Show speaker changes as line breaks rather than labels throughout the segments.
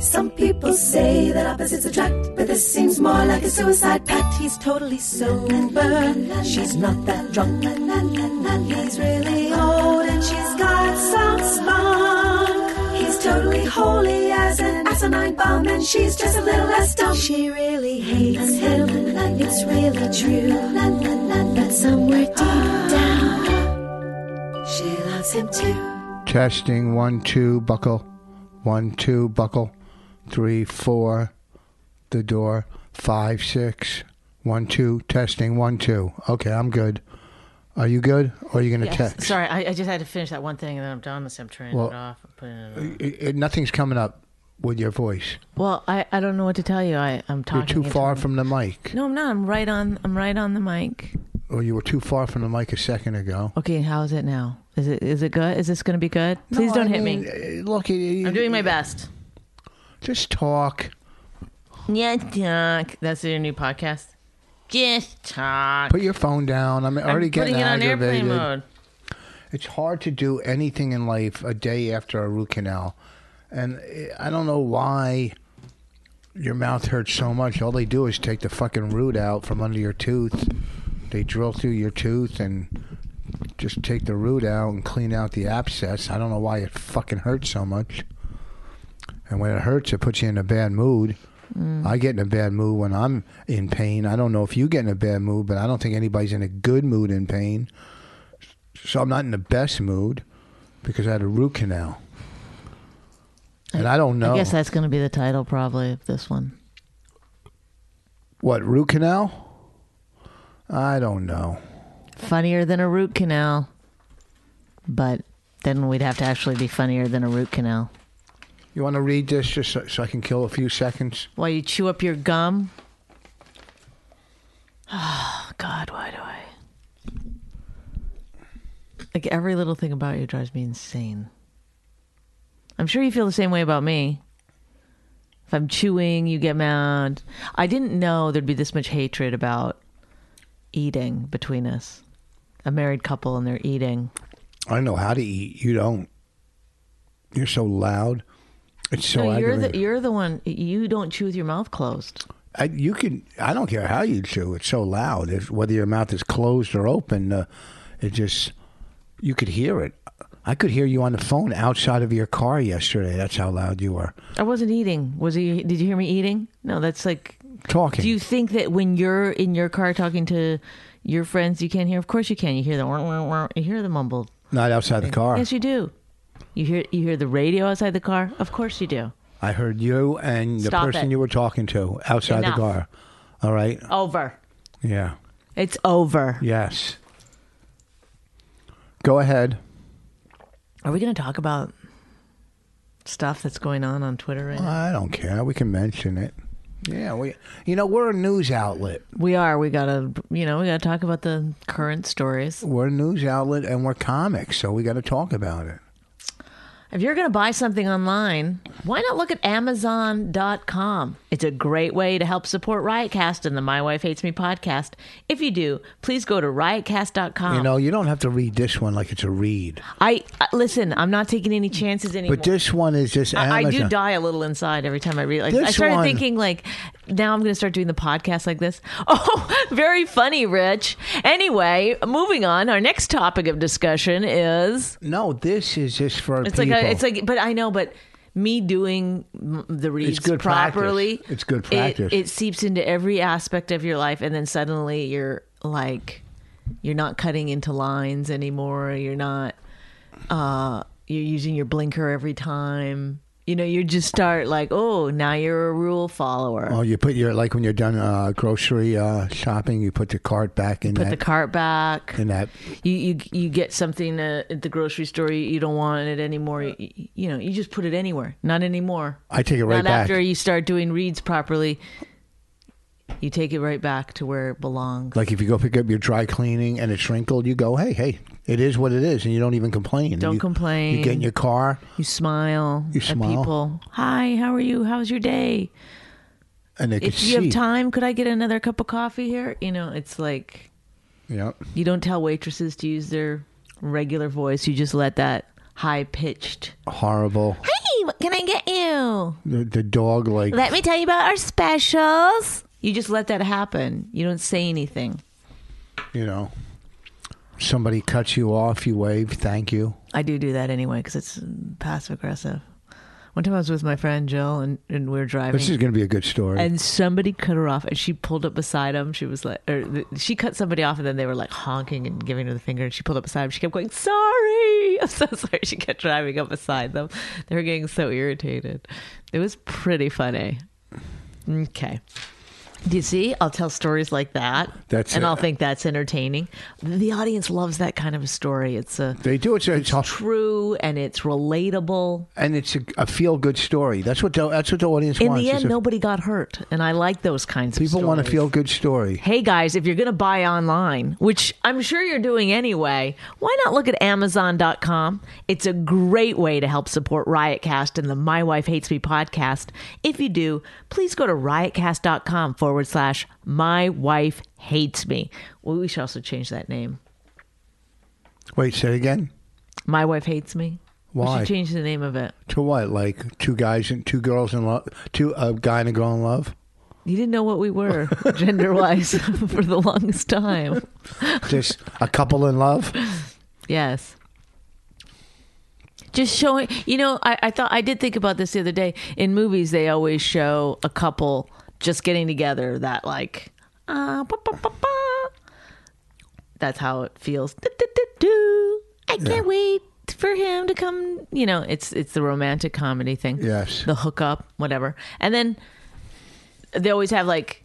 Some people say that opposites attract, but this seems more like a suicide pact. He's totally sober, she's not that drunk. He's really old and she's got some spunk. He's totally holy as an asinine bomb, and she's just a little less dumb. She really hates him, it's really true. But somewhere deep down, she loves him too.
Testing one, two, buckle. One, two, buckle. Three, four, the door. Five, six. One, two, testing one, two. Okay, I'm good. Are you good? Or are you going to text?
Sorry, I, I just had to finish that one thing and then I'm done with this. I'm turning
Well- uh,
it off. I'm putting it on.
It- it- nothing's coming up with your voice.
Well, I, I don't know what to tell you. I, I'm talking.
You're too
into
far
the-
from the mic.
No, I'm not. I'm right on. I'm right on the mic.
Or you were too far from the mic a second ago.
Okay, how is it now? Is it is it good? Is this going to be good? Please don't hit me.
me. Uh, Look, you-
I'm doing my best.
Just talk.
Yeah, talk. That's your new podcast. Just talk.
Put your phone down. I'm already
I'm
getting
putting it on
aggravated.
airplane mode.
It's hard to do anything in life a day after a root canal. And I don't know why your mouth hurts so much. All they do is take the fucking root out from under your tooth. They drill through your tooth and just take the root out and clean out the abscess. I don't know why it fucking hurts so much. And when it hurts, it puts you in a bad mood.
Mm.
I get in a bad mood when I'm in pain. I don't know if you get in a bad mood, but I don't think anybody's in a good mood in pain so I'm not in the best mood because I had a root canal, and I, don't know
I guess that's going to be the title probably of this one.
what root canal. I don't know.
Funnier than a root canal, but then we'd have to actually be funnier than a root canal.
You want to read this just so, so I can kill a few seconds?
While you chew up your gum? Oh, God, why do I? Like, every little thing about you drives me insane. I'm sure you feel the same way about me. If I'm chewing, you get mad. I didn't know there'd be this much hatred about eating between us. A married couple and they're eating.
I know how to eat. You don't. You're so loud. It's so
No, you're
aggravating.
the you're the one. You don't chew with your mouth closed.
I, you can. I don't care how you chew. It's so loud. If, whether your mouth is closed or open, uh, it just you could hear it. I could hear you on the phone outside of your car yesterday. That's how loud you were
I wasn't eating. Was he? Did you hear me eating? No, that's like
talking.
Do you think that when you're in your car talking to your friends, you can't hear? Of course you can. You hear the whir, whir, whir. you hear the mumbled.
Not outside the car.
Yes, you do. You hear you hear the radio outside the car. Of course you do.
I heard you and the
Stop
person
it.
you were talking to outside
Enough.
the car. All right.
Over.
Yeah.
It's over.
Yes. Go ahead.
Are we going to talk about stuff that's going on on Twitter right now?
I don't care. We can mention it. Yeah, we. You know, we're a news outlet.
We are. We got to you know, we got to talk about the current stories.
We're a news outlet, and we're comics, so we got to talk about it.
If you're going to buy something online, why not look at Amazon.com? It's a great way to help support Riotcast and the My Wife Hates Me podcast. If you do, please go to riotcast.com.
You know, you don't have to read this one like it's a read,
I uh, listen. I'm not taking any chances anymore.
but this one is just
I, I
Amazon.
do die a little inside every time I read. Like, I
This
started
one-
thinking like, now I'm going to start doing the podcast like this. Oh, very funny, Rich. Anyway, moving on. Our next topic of discussion is
no, this is just for
it's
people.
like a, it's like, but I know, but me doing m- the reads
good practice.
properly,
It's good
it-
practice.
It, seeps into every aspect of your life, and then suddenly you're like, you're not cutting into lines anymore. You're not, uh, you're using your blinker every time. You know, you just start like, oh, now you're a rule follower.
Oh, you put your like when you're done uh, grocery uh, shopping, you put the cart back in
Put
that
the cart back.
in that
you you you get something uh, at the grocery store you, you don't want it anymore you, you know you just put it anywhere not anymore
I take it right
not
back.
after you start doing reads properly You take it right back to where it belongs.
Like if you go pick up your dry cleaning and it's wrinkled, you go, hey, hey, it is what it is, and you don't even complain.
Don't
You-
complain.
You get in your car,
You smile
You
at
smile.
people. Hi, how are you? How's your day?
and they can
If
see.
you have time, could I get another cup of coffee here? You know, it's like
Yep.
you don't tell waitresses to use their regular voice. You just let that high pitched,
horrible.
hey, what can I get you?
The, the dog, like,
Let me tell you about our specials. You just let that happen. You don't say anything.
you know, somebody cuts you off, you wave, thank you.
I do do that anyway because it's passive aggressive. One time I was with my friend Jill and, and we were driving.
This is going to be a good story.
and somebody cut her off and she pulled up beside him she was like or th- she cut somebody off and then they were like honking and giving her the finger and she pulled up beside him she kept going sorry i'm so sorry she kept driving up beside them they were getting so irritated it was pretty funny okay do you see i'll tell stories like that
That's
and
it.
i'll think that's entertaining the audience loves that kind of a story it's a
they do it. so It's, it's
true and it's relatable
and it's a, a feel-good story. That's what the, that's what the audience
in
wants.
the
is
end
a-
nobody got hurt and i like those kinds of
people want a
stories.
feel-good story.
hey guys, if you're going to buy online, which I'm sure you're doing anyway, why not look at Amazon.com? It's a great way to help support Riotcast and the My Wife Hates Me podcast. If you do, please go to riotcast.com forward slash My Wife Hates Me. Well, we should also change that name.
Wait, say it again.
My Wife Hates Me. We
Why?
should change the name of it.
To what? Like two guys and two girls in love, two a guy and a girl in love.
You didn't know what we were gender wise for the longest time.
Just a couple in love.
Yes. Just showing, you know, I, I thought I did think about this the other day. In movies, they always show a couple just getting together. That like, ah, ba, ba, ba, ba. that's how it feels. Do, do, do, do. I can't wait for him to come. You know, it's it's the romantic comedy thing.
Yes.
the hookup, whatever, and then they always have like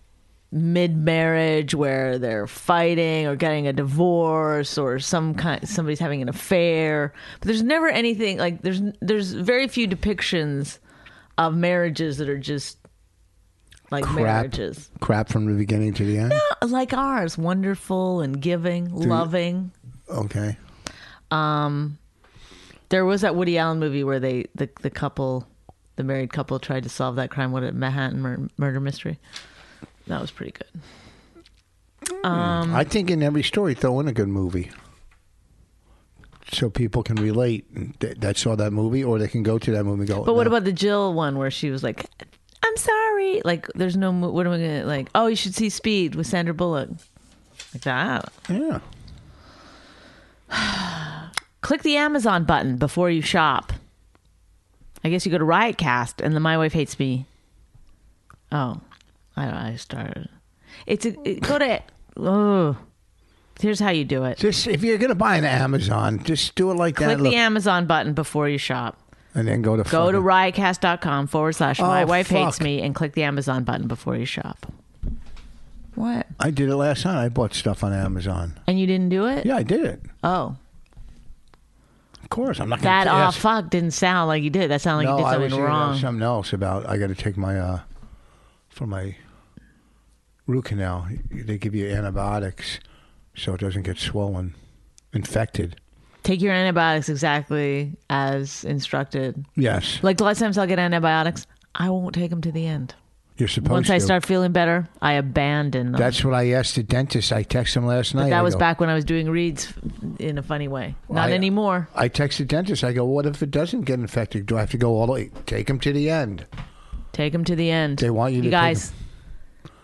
mid marriage where they're fighting or getting a divorce or some kind somebody's having an affair but there's never anything like there's there's very few depictions of marriages that are just like marriages
Crap from the beginning to the end.
like ours wonderful and giving loving
Okay.
Um, there was that woody allen movie where they the, the couple the married couple tried to solve that crime what a manhattan mur- murder mystery that was pretty good Um,
I think in every story, throw in a good movie. So people can relate that, that saw that movie, or they can go to that movie and go.
But what
"No."
about the Jill one where she was like, "I'm sorry." Like, there's no. mo- What am I gonna like? Oh, you should see Speed with Sandra Bullock, like that.
Yeah.
Click the Amazon button before you shop. I guess you go to Riotcast and the My Wife Hates Me. Oh, I, I started. It's a it, go to. Oh, here's how you do it.
Just if you're gonna buy an Amazon, just do it like that,
Click
look,
the Amazon button before you shop.
and then go to
Go to
fucking-
riotcast.com forward slash my
Oh,
wife hates
fuck.
me and click the Amazon button before you shop. What?
I did it last night. I bought stuff on Amazon.
And you didn't do it?
Yeah, I did it.
Oh.
Of course, I'm not gonna
That
ask-
oh fuck didn't sound like you did. That sounded like
no,
you did
I
something
was thinking of
wrong.
something else about. I got to take my uh, for my root canal. They give you antibiotics so it doesn't get swollen, infected.
Take your antibiotics exactly as instructed.
Yes,
Like the last times I'll get antibiotics, I won't take them to the end.
you're supposed
Once
to.
I start feeling better, I abandon them.
That's what I asked the dentist. I texted him last night.
that
I
was
go-
back when I was doing reads in a funny way. Not
I- uh,
anymore.
I texted the dentist. I go, what if it doesn't get infected? Do I have to go all the way? Take him to the end.
Take them to the end.
They want you to take
guys.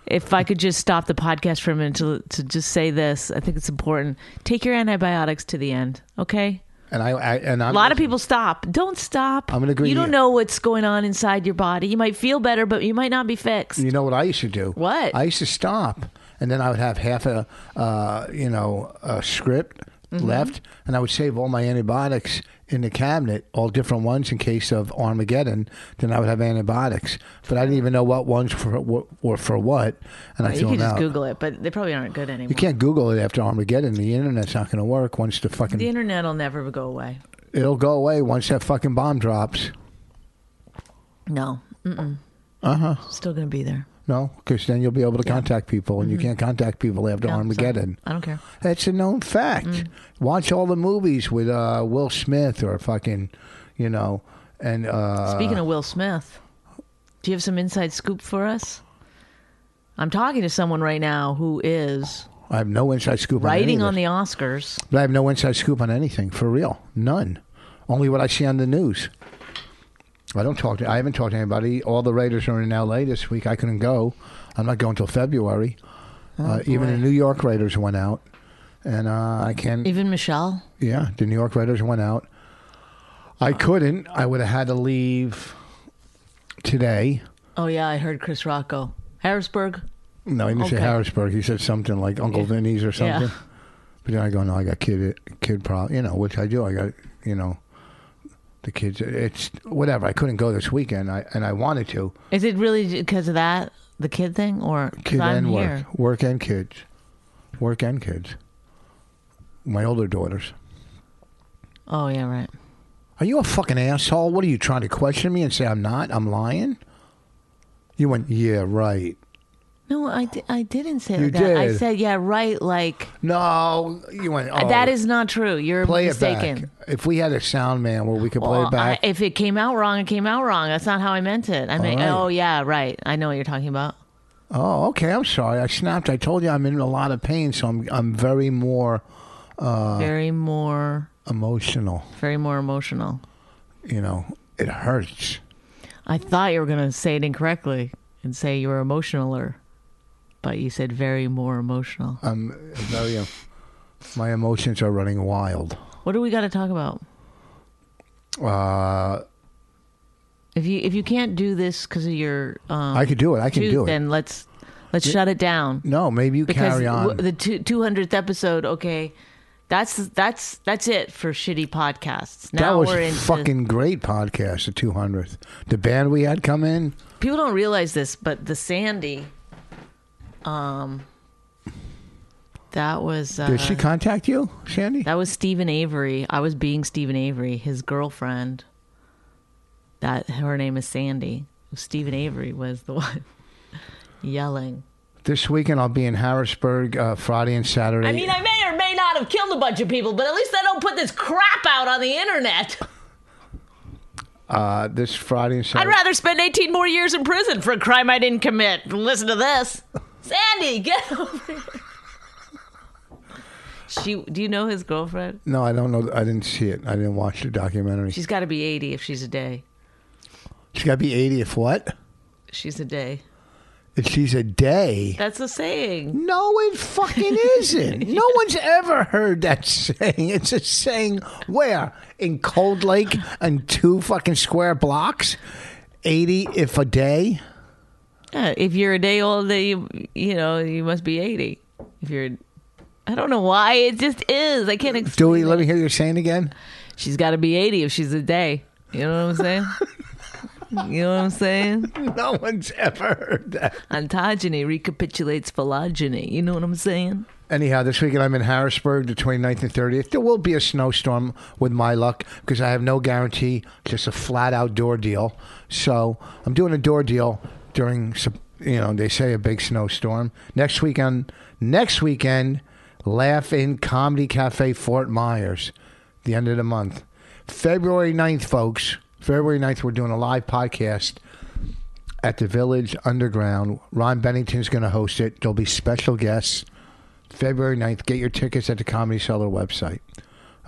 If I could just stop the podcast for a minute to, to just say this, I think it's important. Take your antibiotics to the end, okay?
And I, I and I'm
A lot of people stop. Don't stop.
I'm gonna agree
You
with
don't
you.
know what's going on inside your body. You might feel better, but you might not be fixed.
You know what I used to do?
What?
I used to stop, and then I would have half a, uh, you know, a script
Mm-hmm.
left, and I would save all my antibiotics in the cabinet, all different ones in case of Armageddon. Then I would have antibiotics, but I didn't even know what ones for what were for what, and I
you
threw
could
them
just
out.
Google it, but they probably aren't good anymore.
you can't Google it after Armageddon. The internet's not going to work once the fucking
The internet will never go away.
it'll go away once that fucking bomb drops. Uh-huh.
No. Mm-mm. Uh huh. Still going to be there.
No, because then you'll be able to contact people,
Mm-hmm.
and you can't contact people after
Yeah,
Armageddon.
sorry. I don't care.
That's a known fact.
Mm.
Watch all the movies with uh, Will Smith or fucking, you know, and uh,
Speaking of Will Smith, do you have some inside scoop for us? I'm talking to someone right now who is
I have no inside scoop.
writing on
on
the Oscars.
But I have no inside scoop on anything for real. None. Only what I see on the news. I don't talk to. I haven't talked to anybody. All the Raiders are in L.A. this week. I couldn't go. I'm not going till February.
Oh,
uh, even the New York Raiders went out, and uh, I can't.
Even Michelle.
Yeah, the New York Raiders went out. I couldn't. I would have had to leave today.
Oh yeah, I heard Chris Rocco. Harrisburg.
No, he didn't say
Okay.
Harrisburg. He said something like Uncle Vinny's or
Yeah.
something. But then I go, no, I got kid kid problem. You know, which I do. I got you know, the kids. It's whatever. I couldn't go this weekend. I and I wanted to.
Is it really because of that the kid thing or 'cause
Kid
I'm
and work,
here?
work and kids, work and kids. My older daughters.
Oh yeah, right.
Are you a fucking asshole? What are you trying to question me and say I'm not? I'm lying? You went, yeah, right.
No, I, di- I didn't say it
You
like that. I
did.
said yeah, right. Like
No, you went. Oh,
that is not true. You're
play
mistaken.
it back. If we had a sound man where we could play
Well,
it back,
I, if it came out wrong, it came out wrong. That's not how I meant it. I mean,
right.
oh yeah, right. I know what you're talking about.
Oh, okay. I'm sorry. I snapped. I told you I'm in a lot of pain, so I'm I'm very more Uh.
very more,
emotional.
very more emotional.
You know, it hurts.
I thought you were gonna say it incorrectly and say you were emotionaler, but you said very more emotional.
I'm very. my emotions are running wild.
What do we got to talk about?
Uh,
If you if you can't do this because of your um,
I could do it. I can
tooth,
do it.
then let's let's shut it down.
no, maybe you
because
carry on.
w- the two hundredth episode, okay, that's that's that's it for shitty podcasts. Now
that was
we're
a
into
fucking great podcast. The 200th. The band we had come in.
people don't realize this, but the Sandy, um, that was uh,
Did she contact you, Sandy?
that was Stephen Avery. I was being Stephen Avery, his girlfriend. That her name is Sandy. Stephen Avery was the one yelling.
This weekend I'll be in Harrisburg uh, Friday and Saturday.
I mean, I may or may not have killed a bunch of people, but at least I don't put this crap out on the internet.
uh, this Friday and
I'd
Saturday.
rather spend 18 more years in prison for a crime I didn't commit. than Listen to this. Sandy, get over here. She, do you know his girlfriend?
no, I don't know. I didn't see it. I didn't watch the documentary.
She's got to be 80 if she's a day.
She's got to be 80 if what?
She's a day.
If she's a day.
That's a saying.
No, it fucking isn't. No one's ever heard that saying. It's a saying where? In Cold Lake and two fucking square blocks? 80 if a day?
Yeah, if you're a day old, then you, you know, you must be 80. If you're, I don't know why. It just is. I can't explain.
Dewey, let me hear your saying again.
She's got to be 80 if she's a day. You know what I'm saying? you know what I'm saying?
No one's ever heard that.
Ontogeny recapitulates phylogeny. You know what I'm saying?
Anyhow, this weekend I'm in Harrisburg, the 29th and 30th. There will be a snowstorm with my luck because I have no guarantee, just a flat out door deal. So I'm doing a door deal during, some- you know, they say a big snowstorm. Next weekend, next weekend, Laugh In Comedy Cafe, Fort Myers, the end of the month. February 9th, folks. February 9th, we're doing a live podcast at the Village Underground. Ron Bennington's going to host it. There'll be special guests. February 9th. Get your tickets at the Comedy Cellar website.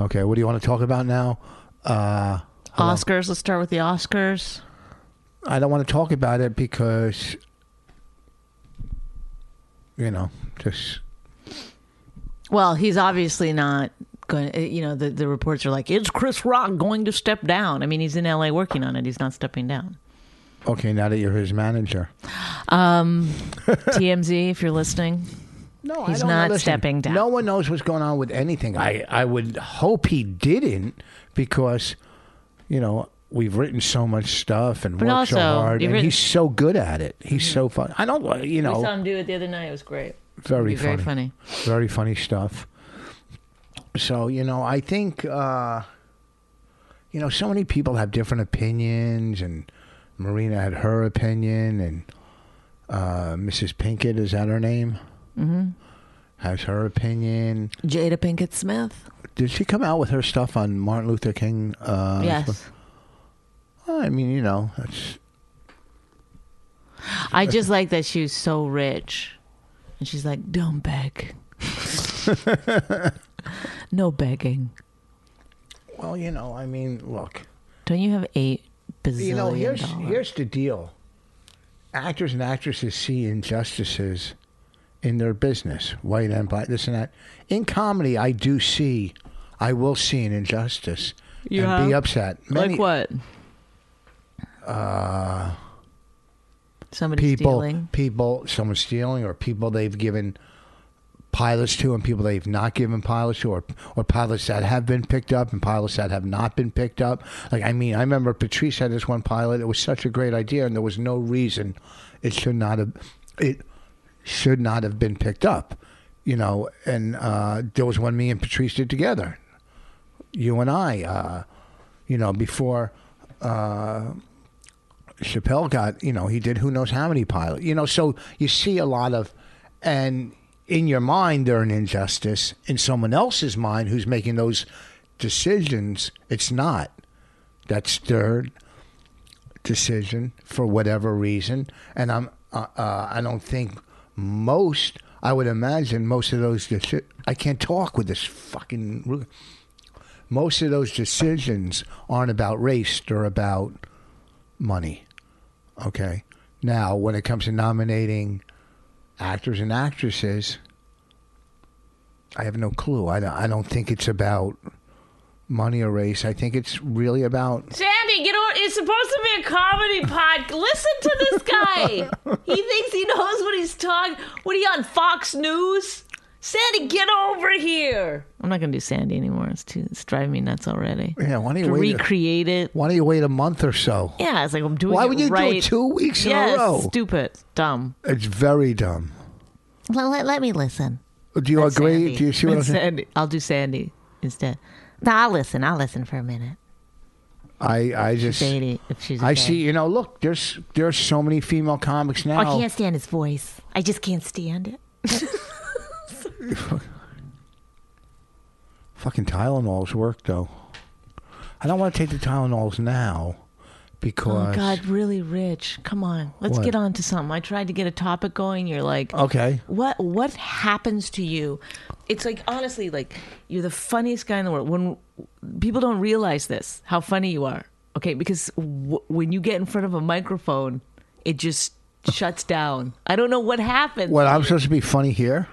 Okay, what do you want to talk about now? Uh,
Oscars. Let's start with the Oscars.
I don't want to talk about it because, you know, just
Well, he's obviously not going. to, You know, the the reports are like, "Is Chris Rock going to step down?" I mean, he's in L.A. working on it. He's not stepping down.
okay. Now that you're his manager,
Um, TMZ, if you're listening,
no,
He's not stepping down.
No one knows what's going on with anything. I I would hope he didn't because, you know. We've written so much stuff and worked so
also,
hard,
you've
and
written- Mm-hmm.
he's so good at it. He's so fun. I don't, you
we
know,
saw him do it the other night. It was great.
very
It'd be
funny.
very funny.
very funny stuff. So you know, I think uh, you know so many people have different opinions, and Marina had her opinion, and uh, Mrs. Pinkett is that her name? Mm-hmm. Has her opinion?
Jada Pinkett Smith.
Did she come out with her stuff on Martin Luther King? Uh,
yes.
I mean, you know, that's
I just like that she was so rich. And she's like, don't beg. no begging.
well, you know, I mean, look.
Don't you have eight bazillion
you know here's
dollars?
here's the deal actors and actresses see injustices in their business white and black this and that in comedy i do see i will see an injustice
You
and be
have?
upset Many uh,
like what? Uh, Somebody
people
stealing.
people someone stealing or people they've given pilots to and people they've not given pilots to or, or pilots that have been picked up and pilots that have not been picked up like i mean i remember patrice had this one pilot it was such a great idea and there was no reason it should not have it should not have been picked up you know and uh, there was one me and patrice did together you and i uh, you know before Chappelle got, you know, he did who knows how many pilots. You know, so you see a lot of, and in your mind, they're an injustice. In someone else's mind who's making those decisions, it's not. That's their decision for whatever reason. And I'm, uh, uh, I don't think most, I would imagine most of those, deci- I can't talk with this fucking, ru- most of those decisions aren't about race, they're about money. Okay. Now, when it comes to nominating actors and actresses, I have no clue. I don't, I don't think it's about money or race. I think it's really about.
Sandy, you know what? It's supposed to be a comedy pod. Listen to this guy. he thinks he knows what he's talking. What are you on Fox News? Sandy, get over here.
I'm not gonna do Sandy anymore. It's too. It's driving me nuts already.
Yeah, why don't
To
you wait? A,
recreate it.
why don't you wait a month or so?
Yeah, it's like I'm doing.
Why
it
would you do it
right.
two weeks in a
yes,
row?
Stupid, dumb.
It's very dumb.
Let, let, let me listen.
Do you agree?
Sandy.
Do you see what I'm saying?
Sandy. I'll do Sandy instead. No, I'll listen. I'll listen for a minute.
I I just
Sandy, if she's.
I
okay.
see. You know, look, there's there's so many female comics now.
I can't stand his voice. I just can't stand it.
Fucking Tylenols work though. I don't want to take the Tylenols now because.
Oh God, really rich. Come on, let's
What?
get on to something. I tried to get a topic going. You're like,
Okay.
what what happens to you? It's like honestly, like you're the funniest guy in the world. When people don't realize this, how funny you are. Okay, because w- when you get in front of a microphone, it just shuts down. I don't know what happens.
What I'm supposed to be funny here?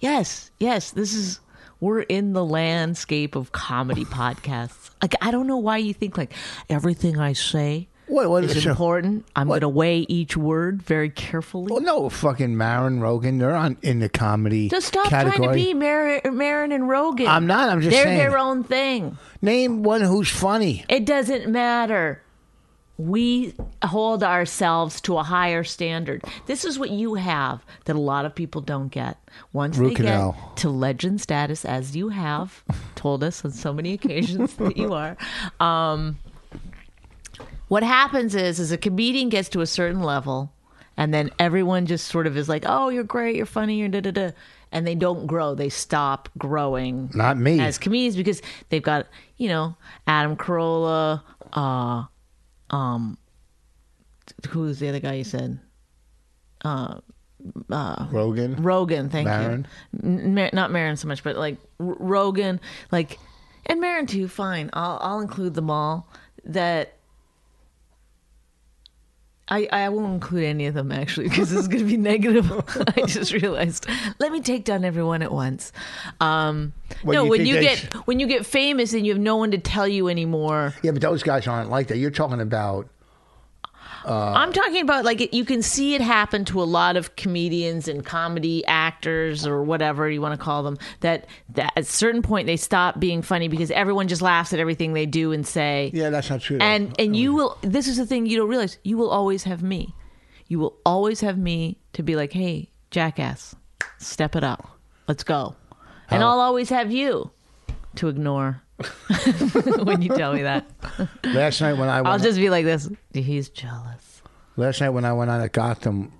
Yes, yes. This is we're in the landscape of comedy podcasts. Like I don't know why you think like everything I say
What? What
is
so-
important. I'm
What?
going to weigh each word very carefully.
Well, no, fucking Marin Rogan. They're on in the comedy
Just stop
category.
trying to be Mar- Marin and Rogan.
I'm not, I'm just
They're
saying.
their own thing.
Name one who's funny.
It doesn't matter. We hold ourselves to a higher standard. This is what you have that a lot of people don't get. Once
Root
they
canal.
get to legend status, as you have told us on so many occasions that you are, um, what happens is is a comedian gets to a certain level, and then everyone just sort of is like, "Oh, you're great, you're funny, you're da da da," and they don't grow. They stop growing
Not me.
as comedians because they've got you know Adam Carolla, uh, um, who's the other guy you said?
Rogan.
Rogan, thank
Maron.
you. N- Mar- not Marin so much, but like R- Rogan, like, and Marin too. Fine, I'll I'll include them all. That I I won't include any of them actually because this is going to be negative. I just realized. Let me take down everyone at once. Um,
Well,
no,
you
when
think
you
they
get
sh-
when you get famous and you have no one to tell you anymore.
Yeah, but those guys aren't like that. You're talking about
I'm talking about like you can see it happen to a lot of comedians and comedy actors or whatever you want to call them that, that at a certain point they stop being funny because everyone just laughs at everything they do and say.
yeah, Oh, that's not true.
And and you will this is the thing you don't realize you will always have me. You will always have me to be like, "Hey, jackass, step it up. Let's go." And
How-
I'll always have you to ignore when you tell me that.
last night when I
I'll
went,
just be like this. He's jealous.
last night when I went on at Gotham,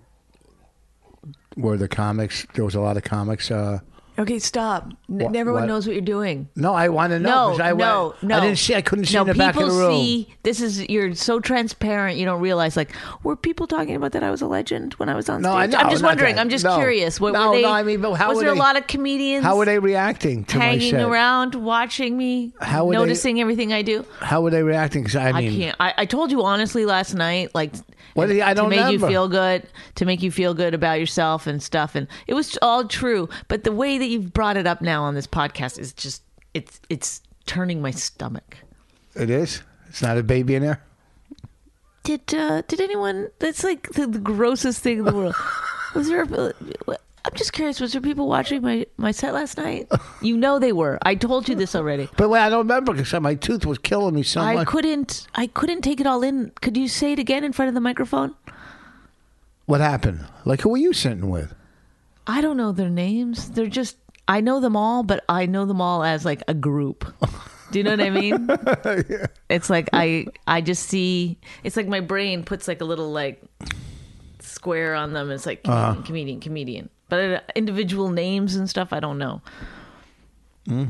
where the comics there was a lot of comics. Uh,
Okay, stop. N-
What-
everyone
what?
knows what you're doing.
no, I want to know
No,
'cause I
no,
went,
no.
I didn't see. I couldn't see
no,
in the back of the
people
room.
See, this is you're so transparent. You don't realize. Like, were people talking about that I was a legend when I was on
No, I
stage?
know,
I'm just
not
wondering.
that.
I'm just
No.
curious. What
No,
were they?
no, I mean, but how
was
were
there
they-
a lot of comedians?
How were they reacting to my
hanging
set?
around, watching me,
How would they-
noticing everything I do?
How were they reacting? 'Cause I
I
mean,
can't. I, I told you honestly last night, like,
What did- I
to
don't
make
remember.
you feel good, to make you feel good about yourself and stuff, and it was all true. But the way that you've brought it up now on this podcast is just it's it's turning my stomach.
it is. It's not a baby in there.
Did uh, did anyone? That's like the, the grossest thing in the world. Was there? A, I'm just curious. Was there people watching my my set last night? You know they were. I told you this already.
But wait, I don't remember because my tooth was killing me so
I
much.
couldn't. I couldn't take it all in. Could you say it again in front of the microphone?
What happened? Like, who were you sitting with?
I don't know their names. They're just I know them all, but I know them all as like a group. Do you know what I mean? It's like I I just see it's like my brain puts like a little like square on them. It's like comedian,
Uh-huh.
comedian, comedian. But uh, individual names and stuff, I don't know.
Mm.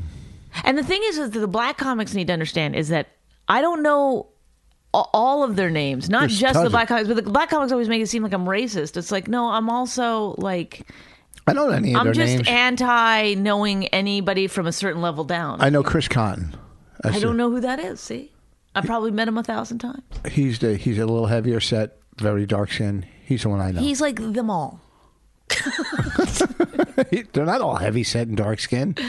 And the thing is, is that the black comics need to understand is that I don't know a- all of their names, not
There's
just
tons
the
of-
black comics, but the black comics always make it seem like I'm racist. It's like no, I'm also like
I don't know any of
I'm
their
just
names.
anti knowing anybody from a certain level down. I,
I know Chris Cotton. That's
don't
it.
know who that is. See, I probably met him a thousand times.
He's the he's a little heavier set, very dark skin. He's the one I know.
He's like them all.
They're not all heavy set and dark skinned.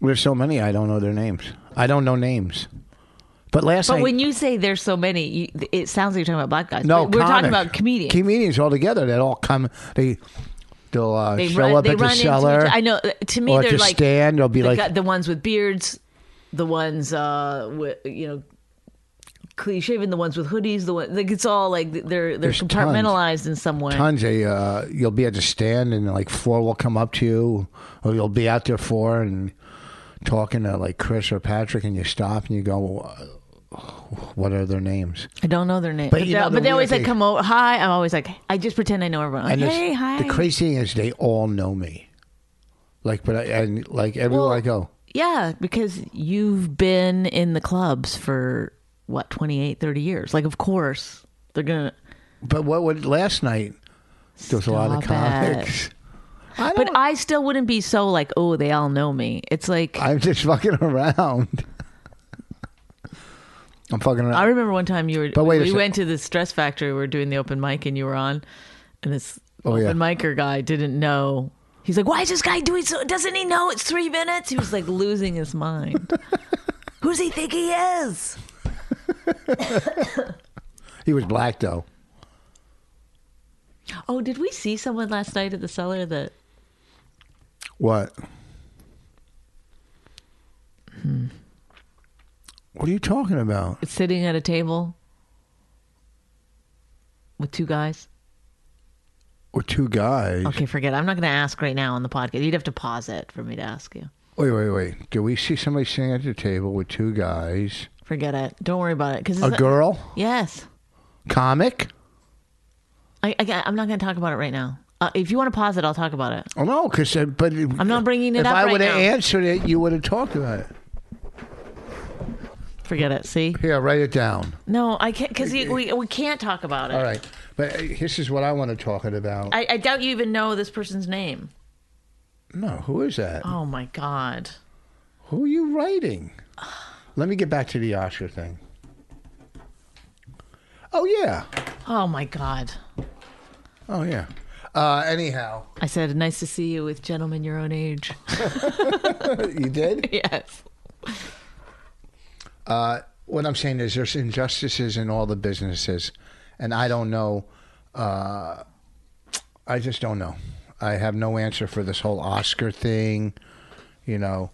There's so many I don't know their names. I don't know names. But last
But
night,
when you say there's so many, you, it sounds like you're talking about black guys.
no,
but we're talking
comics.
about comedians.
Comedians all together that all come. They they'll uh,
They
show
run,
up
they
at
run
the
into
cellar.
Each, I know. uh, To me,
or at
they're
the
like
stand, they'll be
the
like-
gu- the ones with beards, the ones uh, with, you know, clean shaven, the ones with hoodies, the one like it's all like they're they're
There's tons.
compartmentalized in some way.
Tons. They, uh, you'll be at the stand, and like four will come up to you, or you'll be out there four and talking to like Chris or Patrick, and you stop and you go, "Uh, "What are their names?"
I don't know their name,
But
but,
you
they-
know the
but they
weird
always like
thing-
come over. Hi, I'm always like I just pretend I know everyone. Like,
And it's-
hey, hi.
The crazy thing is, they all know me. Like, but I, and like everywhere I go,
yeah, because you've been in the clubs for what 28, 30 years. Like, of course they're gonna.
But what would last night? There was a lot of
Stop it.
comics. I
But
don't-
I still wouldn't be so like, oh, they all know me. It's like
I'm just fucking around. I'm fucking around.
I remember one time you were.
But wait a
we
sec-
went to the Stress Factory. We were doing the open mic, and you were on, and this
Oh,
open
yeah.
micer guy didn't know. He's like, "Why is this guy doing so? Doesn't he know it's three minutes?" He was like losing his mind. Who does he think he is?
he was black though.
Oh, did we see someone last night at the cellar that
What?
Hmm.
What are you talking about?
was sitting at a table with two guys?
Or two guys?
Okay, forget. it. I'm not going to ask right now on the podcast. You'd have to pause it for me to ask you.
Wait, wait, wait. Do we see somebody sitting at the table with two guys?
Forget it. Don't worry about it. Because
A girl?
Yes.
Comic?
I, I, I'm not going to talk about it right now. Uh, if you want to pause it, I'll talk about it.
Oh no, because but
I'm not bringing it
if
up
I
right
would have
now.
answered it, you would have talked about it.
Forget it. See?
Here, write it down.
No, I can't because we we can't talk about it.
All right, but uh, this is what I want to talk about.
I, I doubt you even know this person's name.
no, who is that?
Oh my god.
Who are you writing? Let me get back to the Oscar thing. Oh yeah,
Oh my god.
oh yeah. Uh, anyhow,
I said, "Nice to see you with gentlemen your own age."
you did.
yes.
What I'm saying is, there's injustices in all the businesses, and I don't know. Uh, I just don't know. I have no answer for this whole Oscar thing. You know,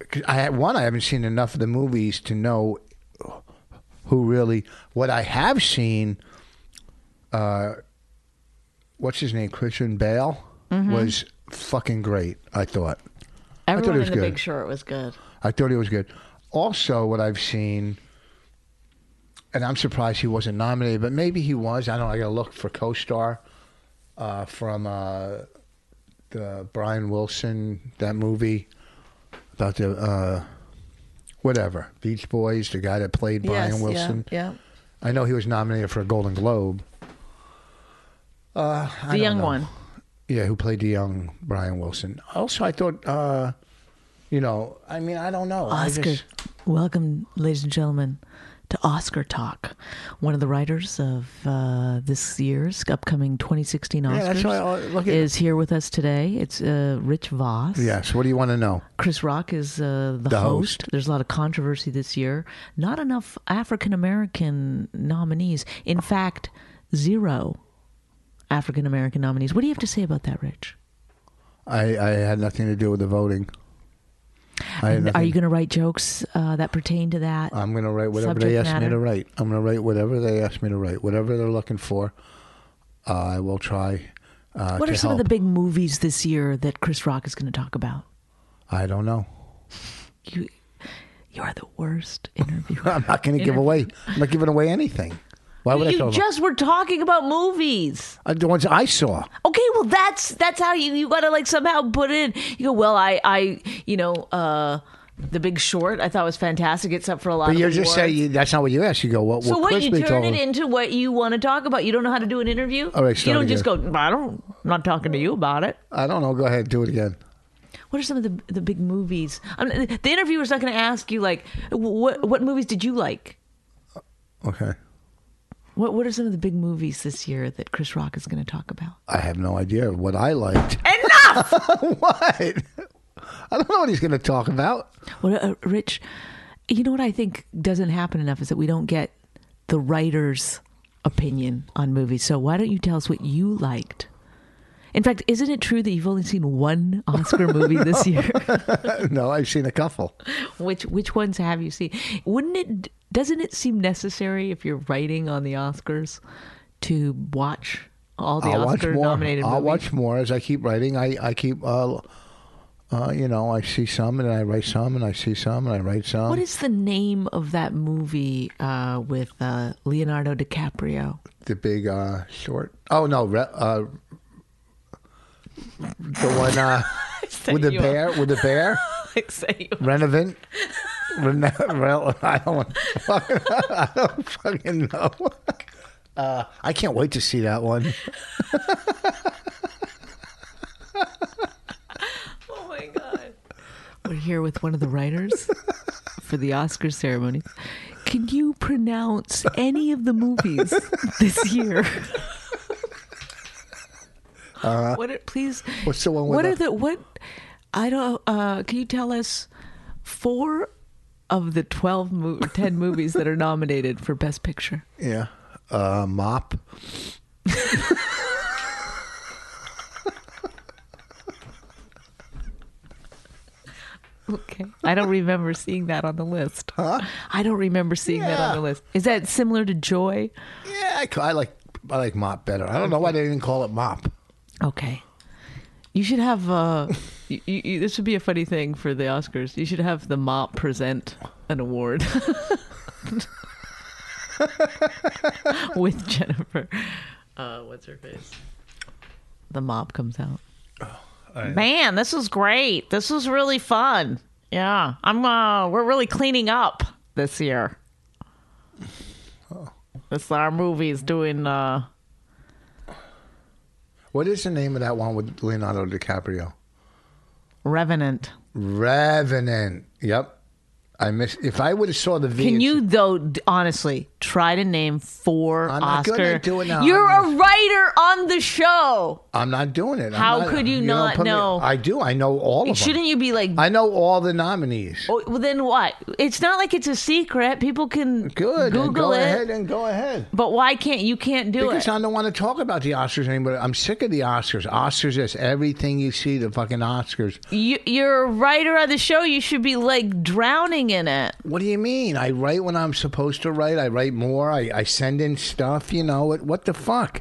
'Cause I one I haven't seen enough of the movies to know who really. What I have seen, uh, what's his name, Christian Bale, was fucking great. I thought.
Everyone
was
in the
good.
Big Short was good.
I thought he was good. Also, what I've seen, and I'm surprised he wasn't nominated, but maybe he was. I don't. know. I got to look for co-star. uh, from uh, the Brian Wilson that movie about the uh, whatever Beach Boys, the guy that played Brian
Yes,
Wilson.
Yeah. yeah.
I know he was nominated for a Golden Globe. Uh, I
The
don't
young
know.
one.
Yeah, who played the young Brian Wilson. Also, I thought, uh, you know, I mean, I don't know. I
Oscar.
just-
Welcome, ladies and gentlemen, to Oscar Talk. One of the writers of uh, this year's upcoming 2016 Oscars
Yeah, that's why I- look at-
is here with us today. It's uh, Rich Voss.
yes. What do you want to know?
Chris Rock is uh, the,
The
host.
host.
There's a lot of controversy this year. Not enough African American nominees. In fact, zero African American nominees. What do you have to say about that, Rich?
I, I had nothing to do with the voting. I had
And
nothing,
Are you going to write jokes uh, that pertain to that?
I'm going to write whatever they
subject
ask me
matter?
to write. I'm going to write whatever they ask me to write, whatever they're looking for. Uh, I will try. Uh,
what
to
are some of
help.
the big movies this year that Chris Rock is going to talk about?
I don't know.
You, you are the worst interviewer.
I'm not going to give away. I'm not giving away anything. Why would I?
You
tell them?
just were talking about movies.
Uh, the ones I saw.
Okay, well that's that's how you you got to like somehow put in. You go, well, I I you know, uh the Big Short, I thought was fantastic. It's up for a lot
But
of
you're
awards.
just saying you, that's not what you asked. You go, what?
So
what
what
Chris
you
Lee
turn
told
it
us-
into what you want to talk about. You don't know how to do an interview.
All right,
you
start
don't just go. I don't. I'm not talking to you about it.
I don't know. Go ahead, do it again.
what are some of the the big movies? I'm, the interviewer's not going to ask you like what what movies did you like?
Okay.
What what are some of the big movies this year that Chris Rock is going to talk about?
I have no idea what I liked.
Enough.
what? I don't know what he's going to talk about.
What uh, Rich, you know what I think doesn't happen enough is that we don't get the writer's opinion on movies. So why don't you tell us what you liked? In fact, isn't it true that you've only seen one Oscar movie this year?
no, I've seen a couple.
which which ones have you seen? Wouldn't it doesn't it seem necessary if you're writing on the Oscars to watch all the
I'll watch
Oscar
more.
nominated
I'll
movies?
watch more as I keep writing. I I keep. Uh, uh, you know, I see some and I write some and I see some and I write some.
What is the name of that movie uh, with uh, Leonardo DiCaprio?
the big uh, short? Oh no, re- uh, the one uh, with the
you up.
bear. With the bear.
I say
Renovant. Rene- Rel- I don't. I don't fucking know. Uh, I can't wait to see that one.
oh my god.
We're here with one of the writers for the Oscar ceremony. Can you pronounce any of the movies this year? what are, please?
Uh-huh. What's the one with
What
the-
are the what? I don't. Uh, can you tell us four of the twelve mo- or ten movies that are nominated for Best Picture?
Yeah. Uh, mop.
Okay, I don't remember seeing that on the list. I don't remember seeing that on
Yeah.
the list. Is that similar to Joy?
Yeah, I, ca- I like I like mop better. I don't know why they didn't call it mop.
Okay. You should have. Uh, you, you, you- this would be a funny thing for the Oscars. You should have the mop present an award with Jennifer. Uh, what's her face? The mop comes out.
Man, this was great. This was really fun. Yeah. I'm uh we're really cleaning up this year. This our movie is doing uh
What is the name of that one with Leonardo DiCaprio?
Revenant.
Revenant. Yep. I miss. If I would have saw the V,
Can
and-
you though d- honestly try to name 4
I'm not
Oscar?
gonna do it now.
You're
I'm
a writer on the show.
I'm not doing it. I'm
How
not-
could you
don't
not
put me-
know?
I do. I know all of
Shouldn't
them.
you be like?
I know all the nominees.
"Oh, well, then what? It's not like it's a secret. People can
Good. then
Google
go
it.
ahead and go ahead.
But why can't you can't do
Because
it?
I don't want to talk about the Oscars anymore. I'm sick of the Oscars. Oscars is everything you see. The fucking Oscars.
You, you're a writer on the show. You should be like drowning in it.
What do you mean? I write when I'm supposed to write. I write more. I, I send in stuff. You know what? What the fuck?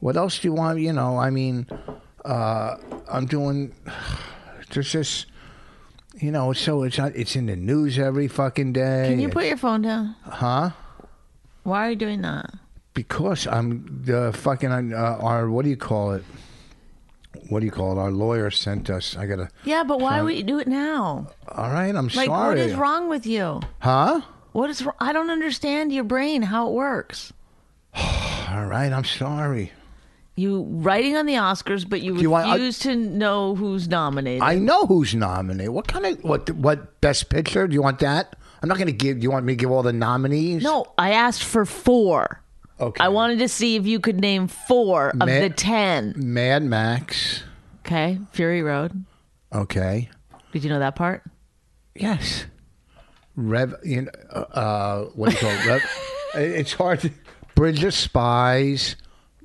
What else do you want? You know, I mean, uh, I'm doing. There's this. You know, so it's not, it's in the news every fucking day.
Can you put your phone down?
huh?
Why are you doing that?
because I'm the fucking uh, our what do you call it? What do you call it? Our lawyer sent us. I gotta.
Yeah, but why would you do it now?
All right, I'm
Like,
sorry.
what is wrong with you?
Huh?
What is? wr- I don't understand your brain how it works.
All right, I'm sorry.
You writing on the Oscars, but you
you want- I-
refuse to know who's nominated.
I know who's nominated. What kind of what what best picture? Do you want that? I'm not gonna give. Do you want me to give all the nominees?
no, I asked for four.
Okay.
I wanted to see if you could name four of
Ma-
the ten.
Mad Max.
Okay, Fury Road.
Okay.
Did you know that part?
Yes. Rev. You know, uh, uh, what do you call it? Rev, it's hard. To, Bridge of Spies,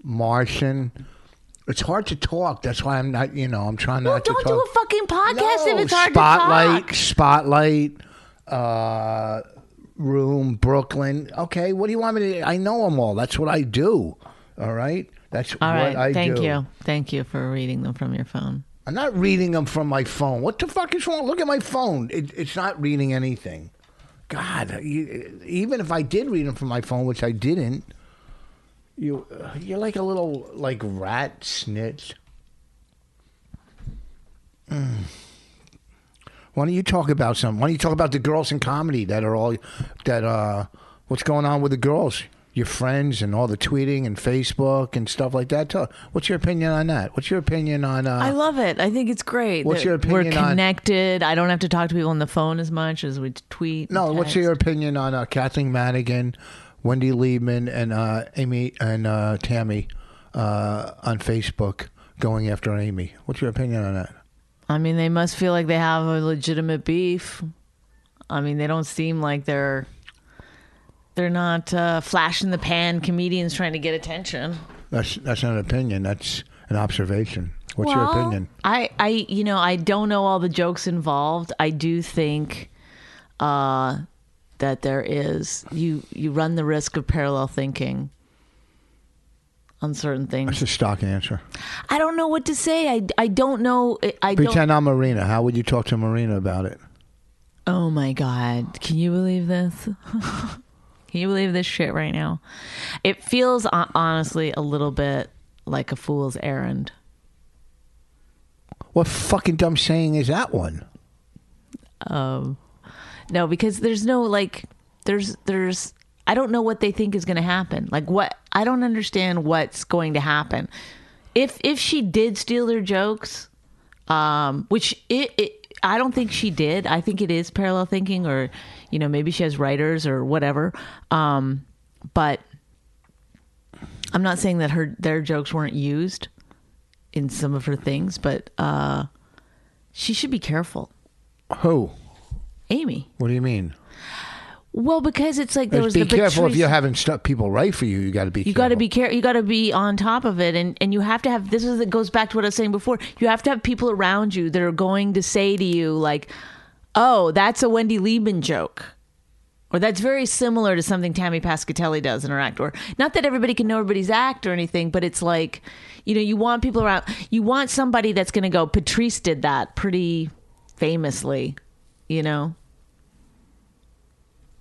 Martian. It's hard to talk. That's why I'm not. You know, I'm trying
Well,
not to
don't
talk.
do a fucking podcast
No,
if it's hard
spotlight,
to talk.
Spotlight, uh, Room, Brooklyn. Okay, what do you want me to? I know them all. That's what I do. All right, that's
All
what
right,
I
thank
do.
you, thank you for reading them from your phone.
I'm not reading them from my phone. What the fuck is wrong? Look at my phone. It, it's not reading anything. God, you, even if I did read them from my phone, which I didn't, you you're like a little like rat snitch. Mm. Why don't you talk about something? Why don't you talk about the girls in comedy that are all that? uh What's going on with the girls? Your friends and all the tweeting and Facebook and stuff like that. Tell, what's your opinion on that? What's your opinion on? Uh,
I love it. I think it's great.
What's
that
your
We're
opinion on-
connected. I don't have to talk to people on the phone as much as we tweet. and
No, what's
text.
your opinion on uh, Kathleen Madigan, Wendy Liebman, and uh, Amy and uh, Tammy uh, on Facebook going after Amy? What's your opinion on that?
I mean, they must feel like they have a legitimate beef. I mean, they don't seem like they're they're not uh, flash in the pan comedians trying to get attention.
That's that's not an opinion. That's an observation. What's your
Well,
opinion?
I, I, you know, I don't know all the jokes involved. I do think uh, that there is you you run the risk of parallel thinking on certain
That's
things.
a stock answer.
I don't know what to say. I, I don't know. I- I don't.
Pretend I'm Marina. How would you talk to Marina about it?
Oh my god! Can you believe this? Can you believe this shit right now? It feels hon- honestly a little bit like a fool's errand.
What fucking dumb saying is that one?
Um, no, because there's no like, there's there's I don't know what they think is going to happen. Like what I don't understand what's going to happen. If if she did steal their jokes, um, which it, it I don't think she did. I think it is parallel thinking, or you know maybe she has writers or whatever. Um, but I'm not saying that her their jokes weren't used in some of her things, but uh, she should be careful.
Who?
Amy.
What do you mean?
Well, because it's like there was
be
the
careful if
Patrice-
you're having stuff people write for you. You got to be.
you got to be care. You got to be on top of it, and and you have to have. This is it goes back to what I was saying before. You have to have people around you that are going to say to you like, "Oh, that's a Wendy Liebman joke," or "That's very similar to something Tammy Pascatelli does in her act." Or not that everybody can know everybody's act or anything, but it's like, you know, you want people around. You want somebody that's going to go. Patrice did that pretty famously, you know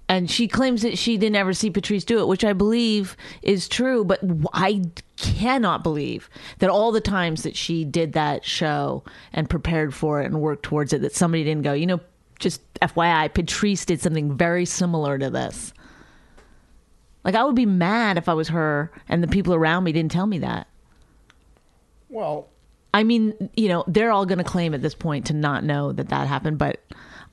and she claims that she didn't ever see Patrice do it, which I believe is true. But w- I cannot believe that all the times that she did that show and prepared for it and worked towards it, that somebody didn't go. You know, just FYI, Patrice did something very similar to this. Like I would be mad if I was her and the people around me didn't tell me that.
Well,
I mean, you know, they're all going to claim at this point to not know that that happened, but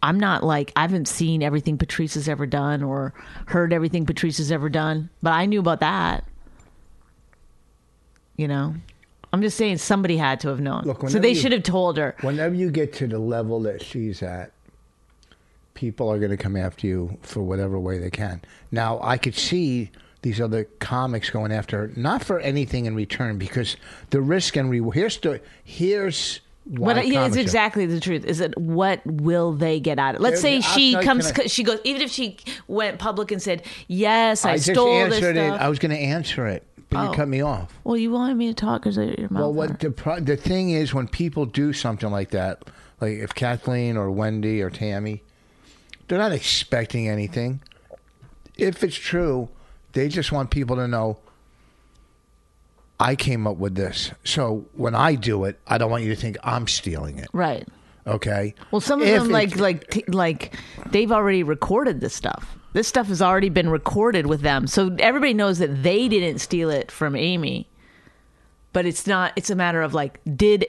I'm not like I haven't seen everything Patrice has ever done or heard everything Patrice has ever done, but I knew about that. You know, I'm just saying somebody had to have known,
Look,
so
whenever
they
you-
should have told her.
whenever you get to the level that she's at, people are going to come after you for whatever way they can. Now, I could see these other comics going after her, not for anything in return, because the risk and reward. Here's the here's why
But uh, yeah, it's
comics are-
exactly the truth. Is that what will they get out of it? Let's
There-
say
I'll
she
tell you,
comes,
can I-
she goes. Even if she went public and said, "Yes, I,
I just
stole this
answered it.
stuff."
I was going to answer it, but
Oh.
you cut me off.
well, you wanted me to talk because your mouth.
Well, what the pro- the thing is when people do something like that, like if Kathleen or Wendy or Tammy, they're not expecting anything. If it's true, they just want people to know I came up with this. So when I do it, I don't want you to think I'm stealing it.
Right.
Okay.
Well, some of
If
them
it-
like like t- like they've already recorded this stuff. This stuff has already been recorded with them, so everybody knows that they didn't steal it from Amy. But it's not. It's a matter of like, did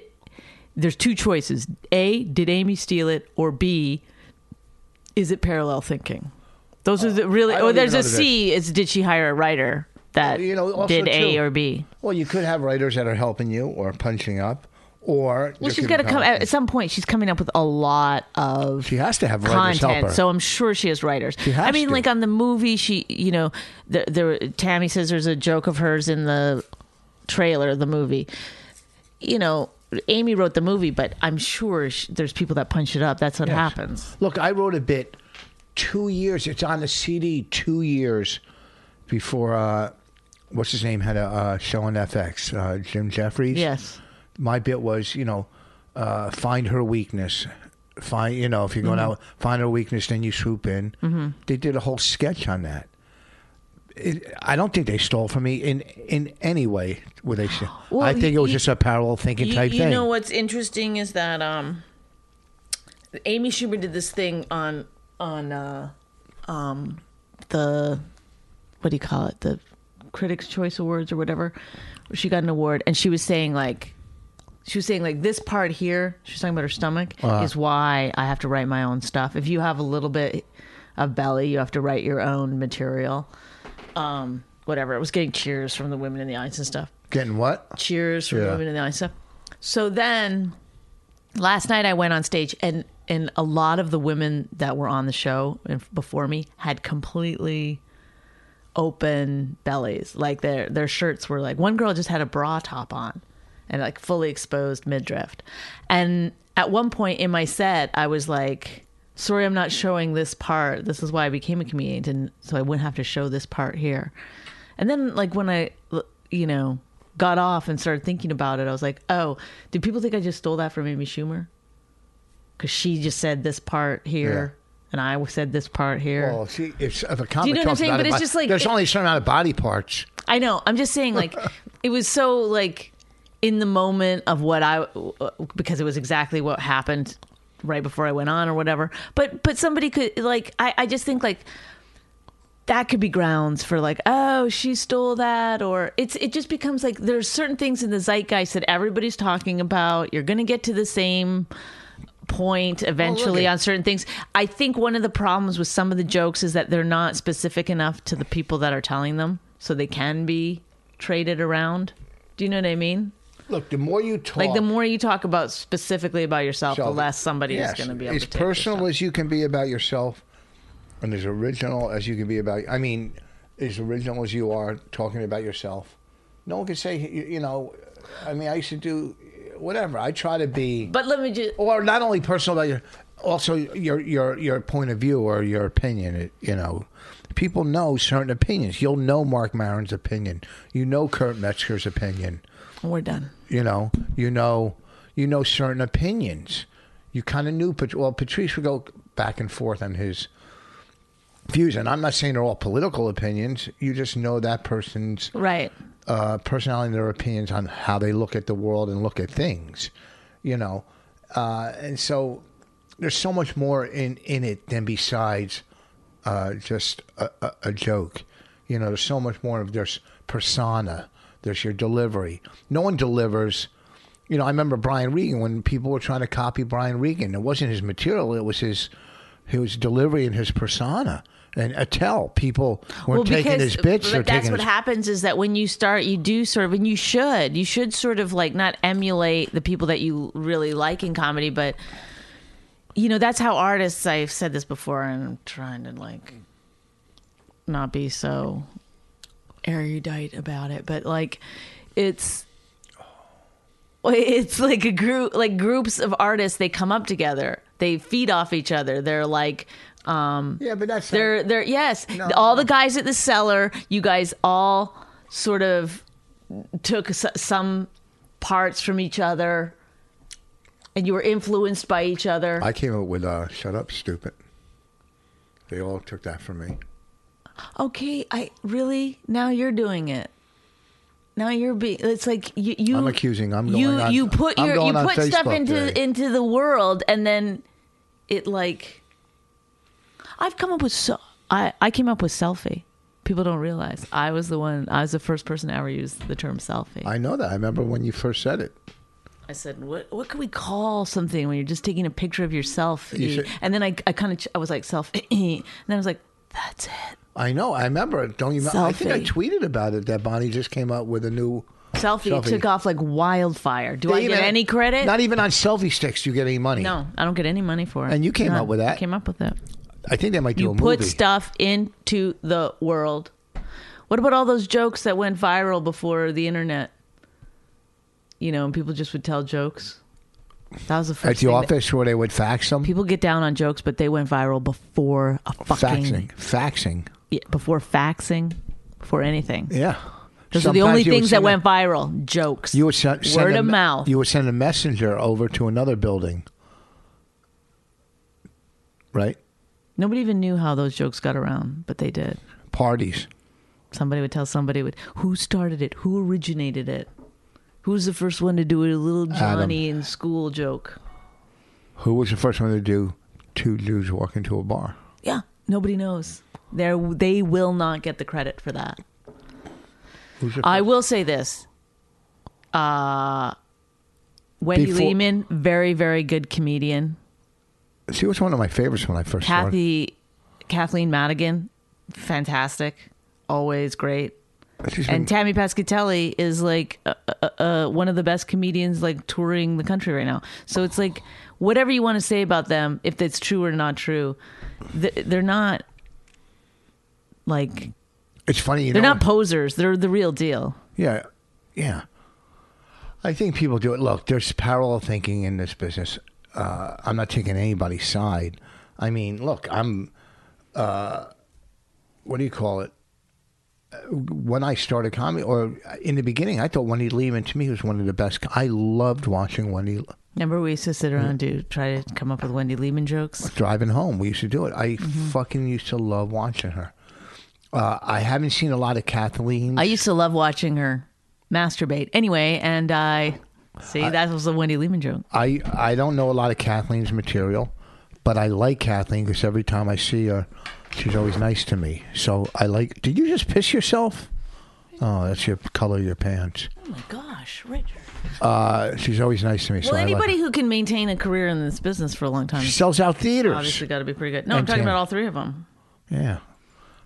there's two choices: a, did Amy steal it, or b, is it parallel thinking? Those are the really.
Oh, I don't
Or there's a
even know that
C: is did she hire a writer that
You know, also
did A
too-
or B?
Well, you could have writers that are helping you or punching up, or
Well,
you
she's
could
got to come
have-
at some point. She's coming up with a lot of
She has to have writers help
content.
her.
So I'm sure she has writers.
has
I mean,
to.
like on the movie, she, you know, the, the Tammy says there's a joke of hers in the trailer of the movie. You know, Amy wrote the movie, but I'm sure sh there's people that punch it up. That's what happens.
Look, I wrote a bit two years. It's on the CD two years before uh, what's his name had a uh, show on FX. Uh, Jim Jeffries.
Yes.
My bit was you know uh, find her weakness. Find you know if you're going out find her weakness, then you swoop in. Mm-hmm. They did a whole sketch on that. It, I don't think they stole from me in in any way. Were they? steal-
Well,
I think it was
you-
just a parallel thinking
you,
type
you
thing.
know what's interesting is that um amy schumer did this thing on on uh
um, The, what do you call it? The Critics' Choice Awards or whatever. She got an award and she was saying, like, she was saying like this part here she was talking about her stomach
Uh-huh.
is why i have to write my own stuff if you have a little bit of belly you have to write your own material um whatever it was getting cheers from the women in the audience and stuff
Getting what?
cheers from
Yeah.
women in the audience and stuff so then last night i went on stage and and a lot of the women that were on the show and before me had completely open bellies like their their shirts were like one girl just had a bra top on and like fully exposed midriff and at one point in my set i was like sorry i'm not showing this part this is why i became a comedian and so i wouldn't have to show this part here and then like when i you know got off and started thinking about it i was like oh do people think i just stole that from amy schumer because she just said this part here and i said this part here
Well, Oh, see, if, if a comic
know what I'm
talks
saying?
about
But
a
it's
bo-
just like-
there's
it-
only a certain amount of body parts.
I know. I'm just saying, like, it was so like in the moment of what I because it was exactly what happened right before I went on or whatever. But but somebody could like I I just think like that could be grounds for like oh she stole that or it's it just becomes like there's certain things in the zeitgeist that everybody's talking about. You're gonna get to the same point eventually
at-
on certain things. I think one of the problems with some of the jokes is that they're not specific enough to the people that are telling them, so they can be traded around. Do you know what I mean?
Look, the more you talk,
Like the more you talk about specifically about yourself,
so-
the less somebody
yes,
is going to be able
as
to take
personal as you can be about yourself, and as original as you can be about. I mean, as original as you are talking about yourself, no one can say you, you know. I mean, I used to do whatever. I try to be,
But let me just
or not only personal about your, also your your your point of view or your opinion. It, you know. People know certain opinions. You'll know Mark Maron's opinion. You know Kurt Metzger's opinion.
we're done.
you know you know you know certain opinions you kind of knew Pat- well patrice would go back and forth on his views and i'm not saying they're all political opinions you just know that person's
Right.
uh, personality and their opinions on how they look at the world and look at things you know uh, and so there's so much more in, in it than besides uh, just a, a, a joke you know there's so much more of there's persona there's your delivery no one delivers you know, I remember Brian Regan when people were trying to copy Brian Regan. It wasn't his material; it was his his delivery and his persona. And Attell, people were taking his bits. They're
but that's
taking
what
his,
happens is that when you start, you do sort of, and you should, you should sort of like not emulate the people that you really like in comedy, but you know that's how artists. I've said this before, and I'm trying to like not be so erudite about it, but like it's well, it's like a group like groups of artists they come up together they feed off each other they're like um
Yeah, but that's not-
they're they're yes all the guys at the cellar you guys all sort of took s- some parts from each other and you were influenced by each other
I came up with uh, "Shut Up, Stupid." They all took that from me.
okay i really now you're doing it now you're being it's like you, you
I'm accusing. I'm
you
going on-
you put
I'm
your you
going on
put stuff
Facebook
into
today.
into the world and then it like I've come up with so I I came up with selfie. People don't realize I was the one I was the first person to ever use the term selfie. I,
I know that. I remember when you first said it.
said what what can we call something when you're just taking a picture of yourself?
You should-
and then I I kind of I was like self and then I was like that's it.
I know. I remember. it. Don't you? I think I
Selfie.
tweeted about it that Bonnie just came out with a new.
Selfie,
Selfie.
took off like wildfire. Do I
They
get
even-
any credit?
Not even on selfie sticks. Do you get any money?
no, I don't get any money for it.
And you came
None.
up with that.
I came up with it.
I think they might do
you
a
put
movie.
stuff into the world. What about all those jokes that went viral before the internet? You know, and people just would tell jokes. That was the first
at the
thing that-
office where they would fax them.
people get down on jokes, but they went viral before a fucking
Faxing, faxing.
Yeah, before faxing, before anything.
Yeah.
Those are the only
Sometimes you would
things that
send a-
went viral. Jokes.
You would send, send
word
a
of
me-
mouth.
You would send a messenger over to another building, right?
Nobody even knew how those jokes got around, but they did.
Parties.
somebody would tell somebody would who started it who originated it who's the first one to do a little johnny in school joke
Who was the first one to do two dudes walk into a bar?
yeah nobody knows they they will not get the credit for that
Who's the
i
first-
will say this uh wendy
Before-
lehman very very good comedian
She was one of my favorites when I first started.
kathy kathleen madigan fantastic always great
She's been-
and Tammy Pascatelli is like uh, uh, uh, one of the best comedians like touring the country right now. So it's like whatever you want to say about them, if it's true or not true, th- they're not like
it's funny. You
they're
know,
not posers. They're the real deal.
Yeah, yeah. I think people do it. Look, there's parallel thinking in this business. Uh, I'm not taking anybody's side. I mean, look, I'm. Uh, what do you call it? Uh, When I started comedy, or in the beginning, I thought Wendy Lehman to me was one of the best. I loved watching Wendy
Remember we used to sit around and do try to come up with Wendy Lehman jokes.
driving home. We used to do it. I fucking used to love watching her. Uh, I haven't seen a lot of Kathleen.
I used to love watching her masturbate. Anyway, and I see that was a Wendy Lehman joke.
I I don't know a lot of Kathleen's material, but I like Kathleen because every time I see her, she's always nice to me. So I like. Did you just piss yourself? Oh, that's your color of your pants.
Oh my gosh, Richard.
Uh, she's always nice to me. so
Well,
I like
anybody
her.
who can maintain a career in this business for a long time
she sells out theaters.
obviously got to be pretty good. No, I'm
And
talking
Tim.
about all three of them.
Yeah.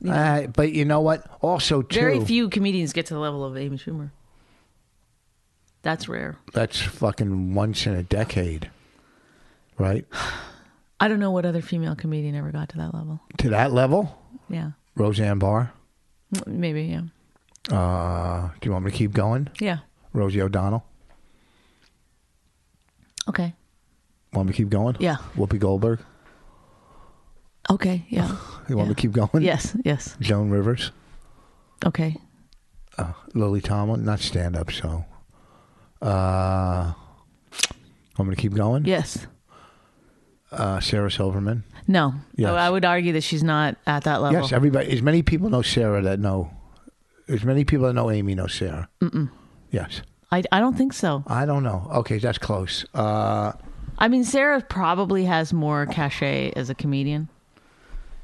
Uh, but you know what? Also, too.
Very few comedians get to the level of Amy Schumer. That's rare.
That's fucking once in a decade, right?
I don't know what other female comedian ever got to that level.
to that level,
Yeah,
Roseanne Barr.
maybe. Yeah,
Uh, do you want me to keep going?
yeah.
Rosie O'Donnell.
Okay.
Want me to keep going?
Yeah.
Whoopi Goldberg.
Okay. Yeah.
You want me to
Yeah.
keep going?
yes. Yes.
Joan Rivers, Uh,
Okay.
Lily Tomlin, not stand up, so. Uh, I'm going to keep going.
Yes.
Uh, Sarah Silverman.
No.
Yes.
I would argue that she's not at that level.
Yes, everybody. As many people know Sarah that know. As many people that know Amy know Sarah. Mm-mm. Yes.
I, I don't think so.
I don't know. Okay, that's close. Uh,
I mean, Sarah probably has more cachet as a comedian.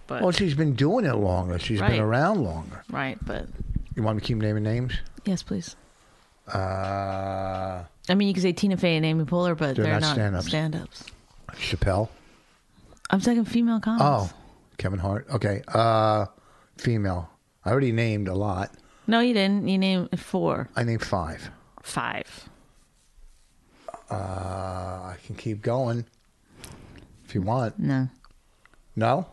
But
well, she's been doing it longer. She's
Right.
been around longer.
right, but
You want me to keep naming names?
yes, please.
Uh,
I mean, you could say Tina Fey and Amy Poehler, but
They're
they're,
not
not,
stand-ups.
stand-ups.
Chappelle.
I'm talking female comics.
Oh, Kevin Hart. Okay. Uh, female. I already named a lot.
No, you didn't. You named four,
I named five.
five.
Uh, I can keep going if you want.
No,
No?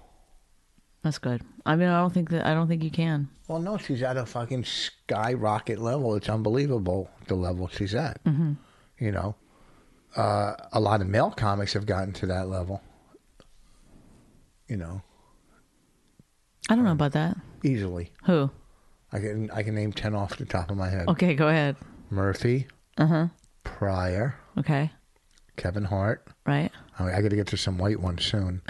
that's good. I mean, I don't think that. I don't think you can.
Well, no, she's at a fucking skyrocket level. It's unbelievable the level she's at. Mm-hmm. You know, uh, a lot of male comics have gotten to that level. You know,
I don't know about that.
easily.
Who?
I can I can name ten off the top of my head:
Okay, go ahead.
Murphy, Pryor,
Okay,
Kevin Hart.
right.
I, mean, I got to get to some white ones soon.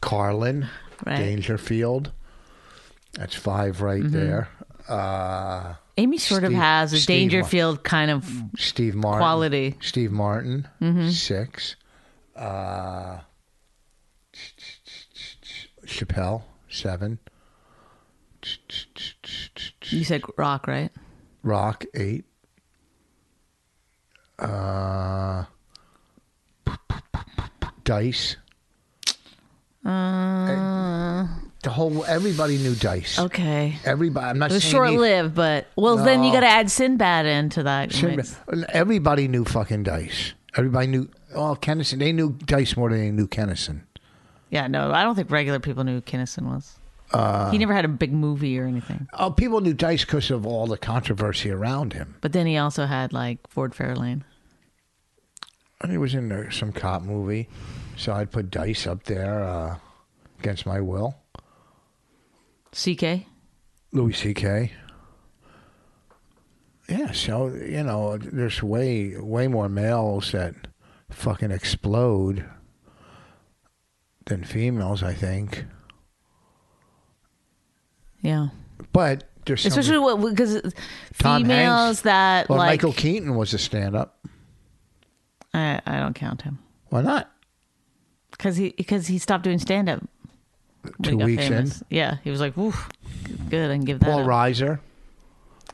Carlin,
Right. Mm-hmm.
Dangerfield. That's five right there. uh,
Amy sort of
Steve-
has a
Steve- Mm.
Dangerfield kind of.
Steve Martin.
Quality. Mm-hmm.
Steve Martin. Six. Uh, Chappelle. Seven.
You said rock, right?
Rock. Eight. Uh, Dice.
Uh,
The whole everybody knew Dice.
okay.
Everybody. I'm not
It was
saying
short
he-
lived, but well, then you
No.
got to add Sinbad into that.
Timber-
mix.
Everybody knew fucking Dice. Everybody knew. Oh, Kennison. They knew Dice more than they knew Kennison.
Yeah, no, I don't think regular people knew who Kinnison was.
Uh.
he never had a big movie or anything.
Oh, people knew Dice because of all the controversy around him.
But then he also had like Ford Fairlane.
And He was in there, some cop movie, so I'd put Dice up there uh, against my will.
CK?
Louis C.K. Yeah, so you know, there's way way more males that fucking explode than females, I think.
Yeah.
But there's some-
Especially what because
Tom
females
Hanks.
that
well,
like
Michael Keaton was a stand-up.
I, I don't count him
Why not?
because he because he stopped doing stand up.
Two weeks in.
Yeah, he was like, "Woof, good," and give that.
Paul
up."
Reiser,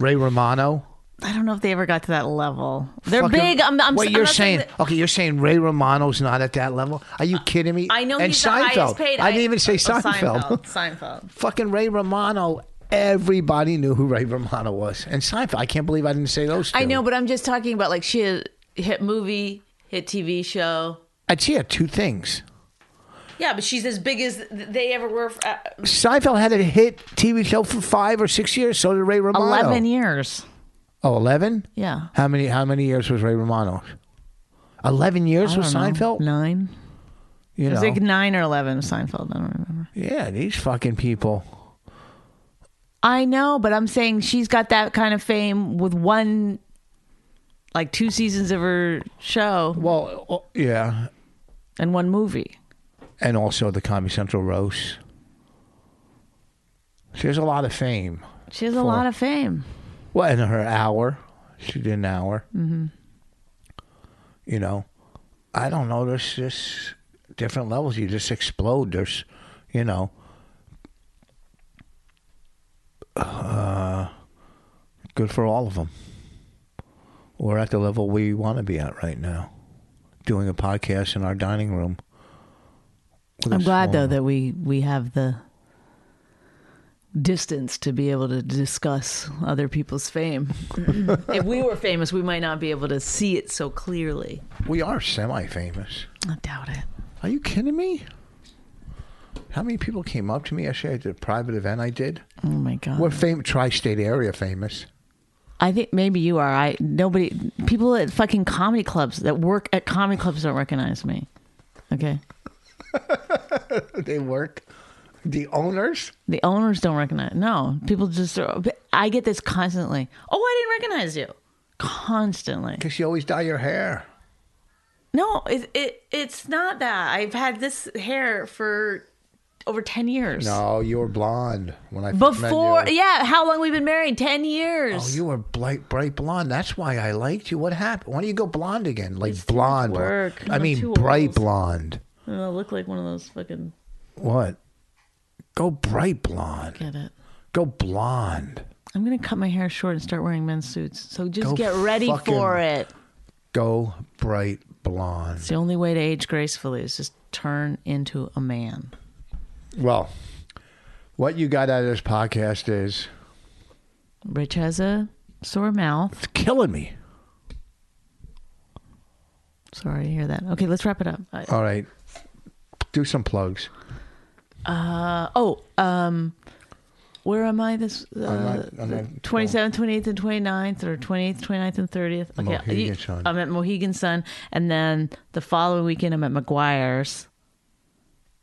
Ray Romano.
I don't know if they ever got to that level. They're
Fucking-
big. I'm, I'm,
Wait,
I'm
you're
not
saying,
that-
okay? You're saying Ray Romano's not at that level? Are you kidding me?
I know
And
he's
Seinfeld.
the highest paid.
I didn't even say
oh,
Seinfeld.
Seinfeld. Seinfeld.
Fucking Ray Romano. Everybody knew who Ray Romano was, and Seinfeld. I can't believe I didn't say those. Two.
I know, but I'm just talking about like she had hit movie, hit TV show.
I'd say two things.
Yeah, but she's as big as they ever were. For, uh,
Seinfeld had a hit TV show for five or six years. So did Ray Romano.
Eleven years.
Oh, 11?
Yeah.
How many? How many years was Ray Romano? Eleven years was
I don't know,
Seinfeld.
Nine.
You
It
know.
was like nine or eleven. Seinfeld. I don't remember.
yeah, these fucking people.
I know, but I'm saying she's got that kind of fame with one, like two seasons of her show
Well, uh, yeah,
and one movie.
and also the Comedy Central roast. She has a lot of fame.
She has a
Four.
lot of fame.
Well, in her hour, she did an hour. Mm-hmm. You know, I don't know. There's just different levels. You just explode. There's, you know, uh, good for all of them. We're at the level we want to be at right now, doing a podcast in our dining room. with a
I'm glad though
small-
that we we have the distance to be able to discuss other people's fame. if we were famous, we might not be able to see it so clearly.
we are semi-famous.
I doubt it.
Are you kidding me? How many people came up to me yesterday at the private event I did?
Oh my god.
We're famous, tri-state area famous.
I think maybe you are. I nobody people at fucking comedy clubs that work at comedy clubs don't recognize me. Okay.
They work. The owners.
The owners don't recognize. No, people just. Are, I get this constantly. Oh, I didn't recognize you. Constantly.
Because you always dye your hair.
No, it, it it's not that. I've had this hair for over ten years.
No, you were blonde when I first met
Before,
you.
yeah, how long we've been married? Ten
Oh,
years.
you were bright, bright blonde. That's why I liked you. What happened? Why don't you go blonde again? Like blonde. blonde.
work.
I
I'm
mean,
too
bright
old.
blonde.
Oh, I look like one of those fucking.
What? Go bright blonde.
Get it.
Go blonde.
I'm gonna cut my hair short and start wearing men's suits. So just
Go
get ready
fucking-
for it.
Go bright blonde.
It's the only way to age gracefully is just turn into a man.
Well, what you got out of this podcast is
Rich has a sore mouth.
it's killing me.
Sorry to hear that. Okay, let's wrap it up. Uh, I-
All right. Do some plugs.
Uh, oh, um, where am I this? Uh,
not- I'm not-
27th, 28th, and 29th, or 28th, 29th, and 30th. Okay,
Mohegan Sun.
I'm at Mohegan Sun. And then the following weekend, I'm at McGuire's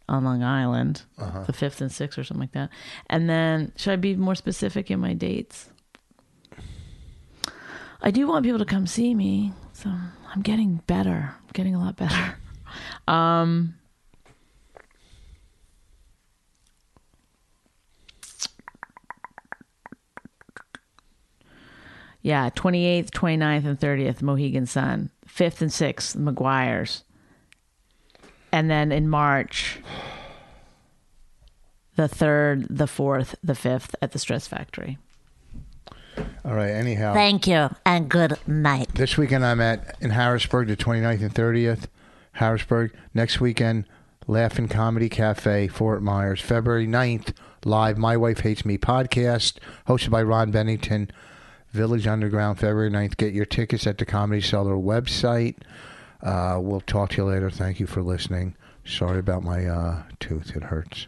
on Long Island,
Uh-huh.
the 5th and 6th, or something like that. And then, should I be more specific in my dates? I do want people to come see me. So I'm getting better, I'm getting a lot better. Um, Yeah, 28th, 29th, and 30th, Mohegan Sun. 5th and 6th, McGuire's. And then in March, the 3rd, the 4th, the 5th at the Stress Factory.
All right. Anyhow,
Thank you and good night.
this weekend I'm at in Harrisburg, the 29th and 30th, Harrisburg. Next weekend, Laughing Comedy Cafe, Fort Myers. February 9th, live My Wife Hates Me podcast, hosted by Ron Bennington. Village Underground, February 9th. Get your tickets at the Comedy Cellar website. Uh, we'll talk to you later. Thank you for listening. Sorry about my uh, tooth. It hurts.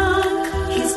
He's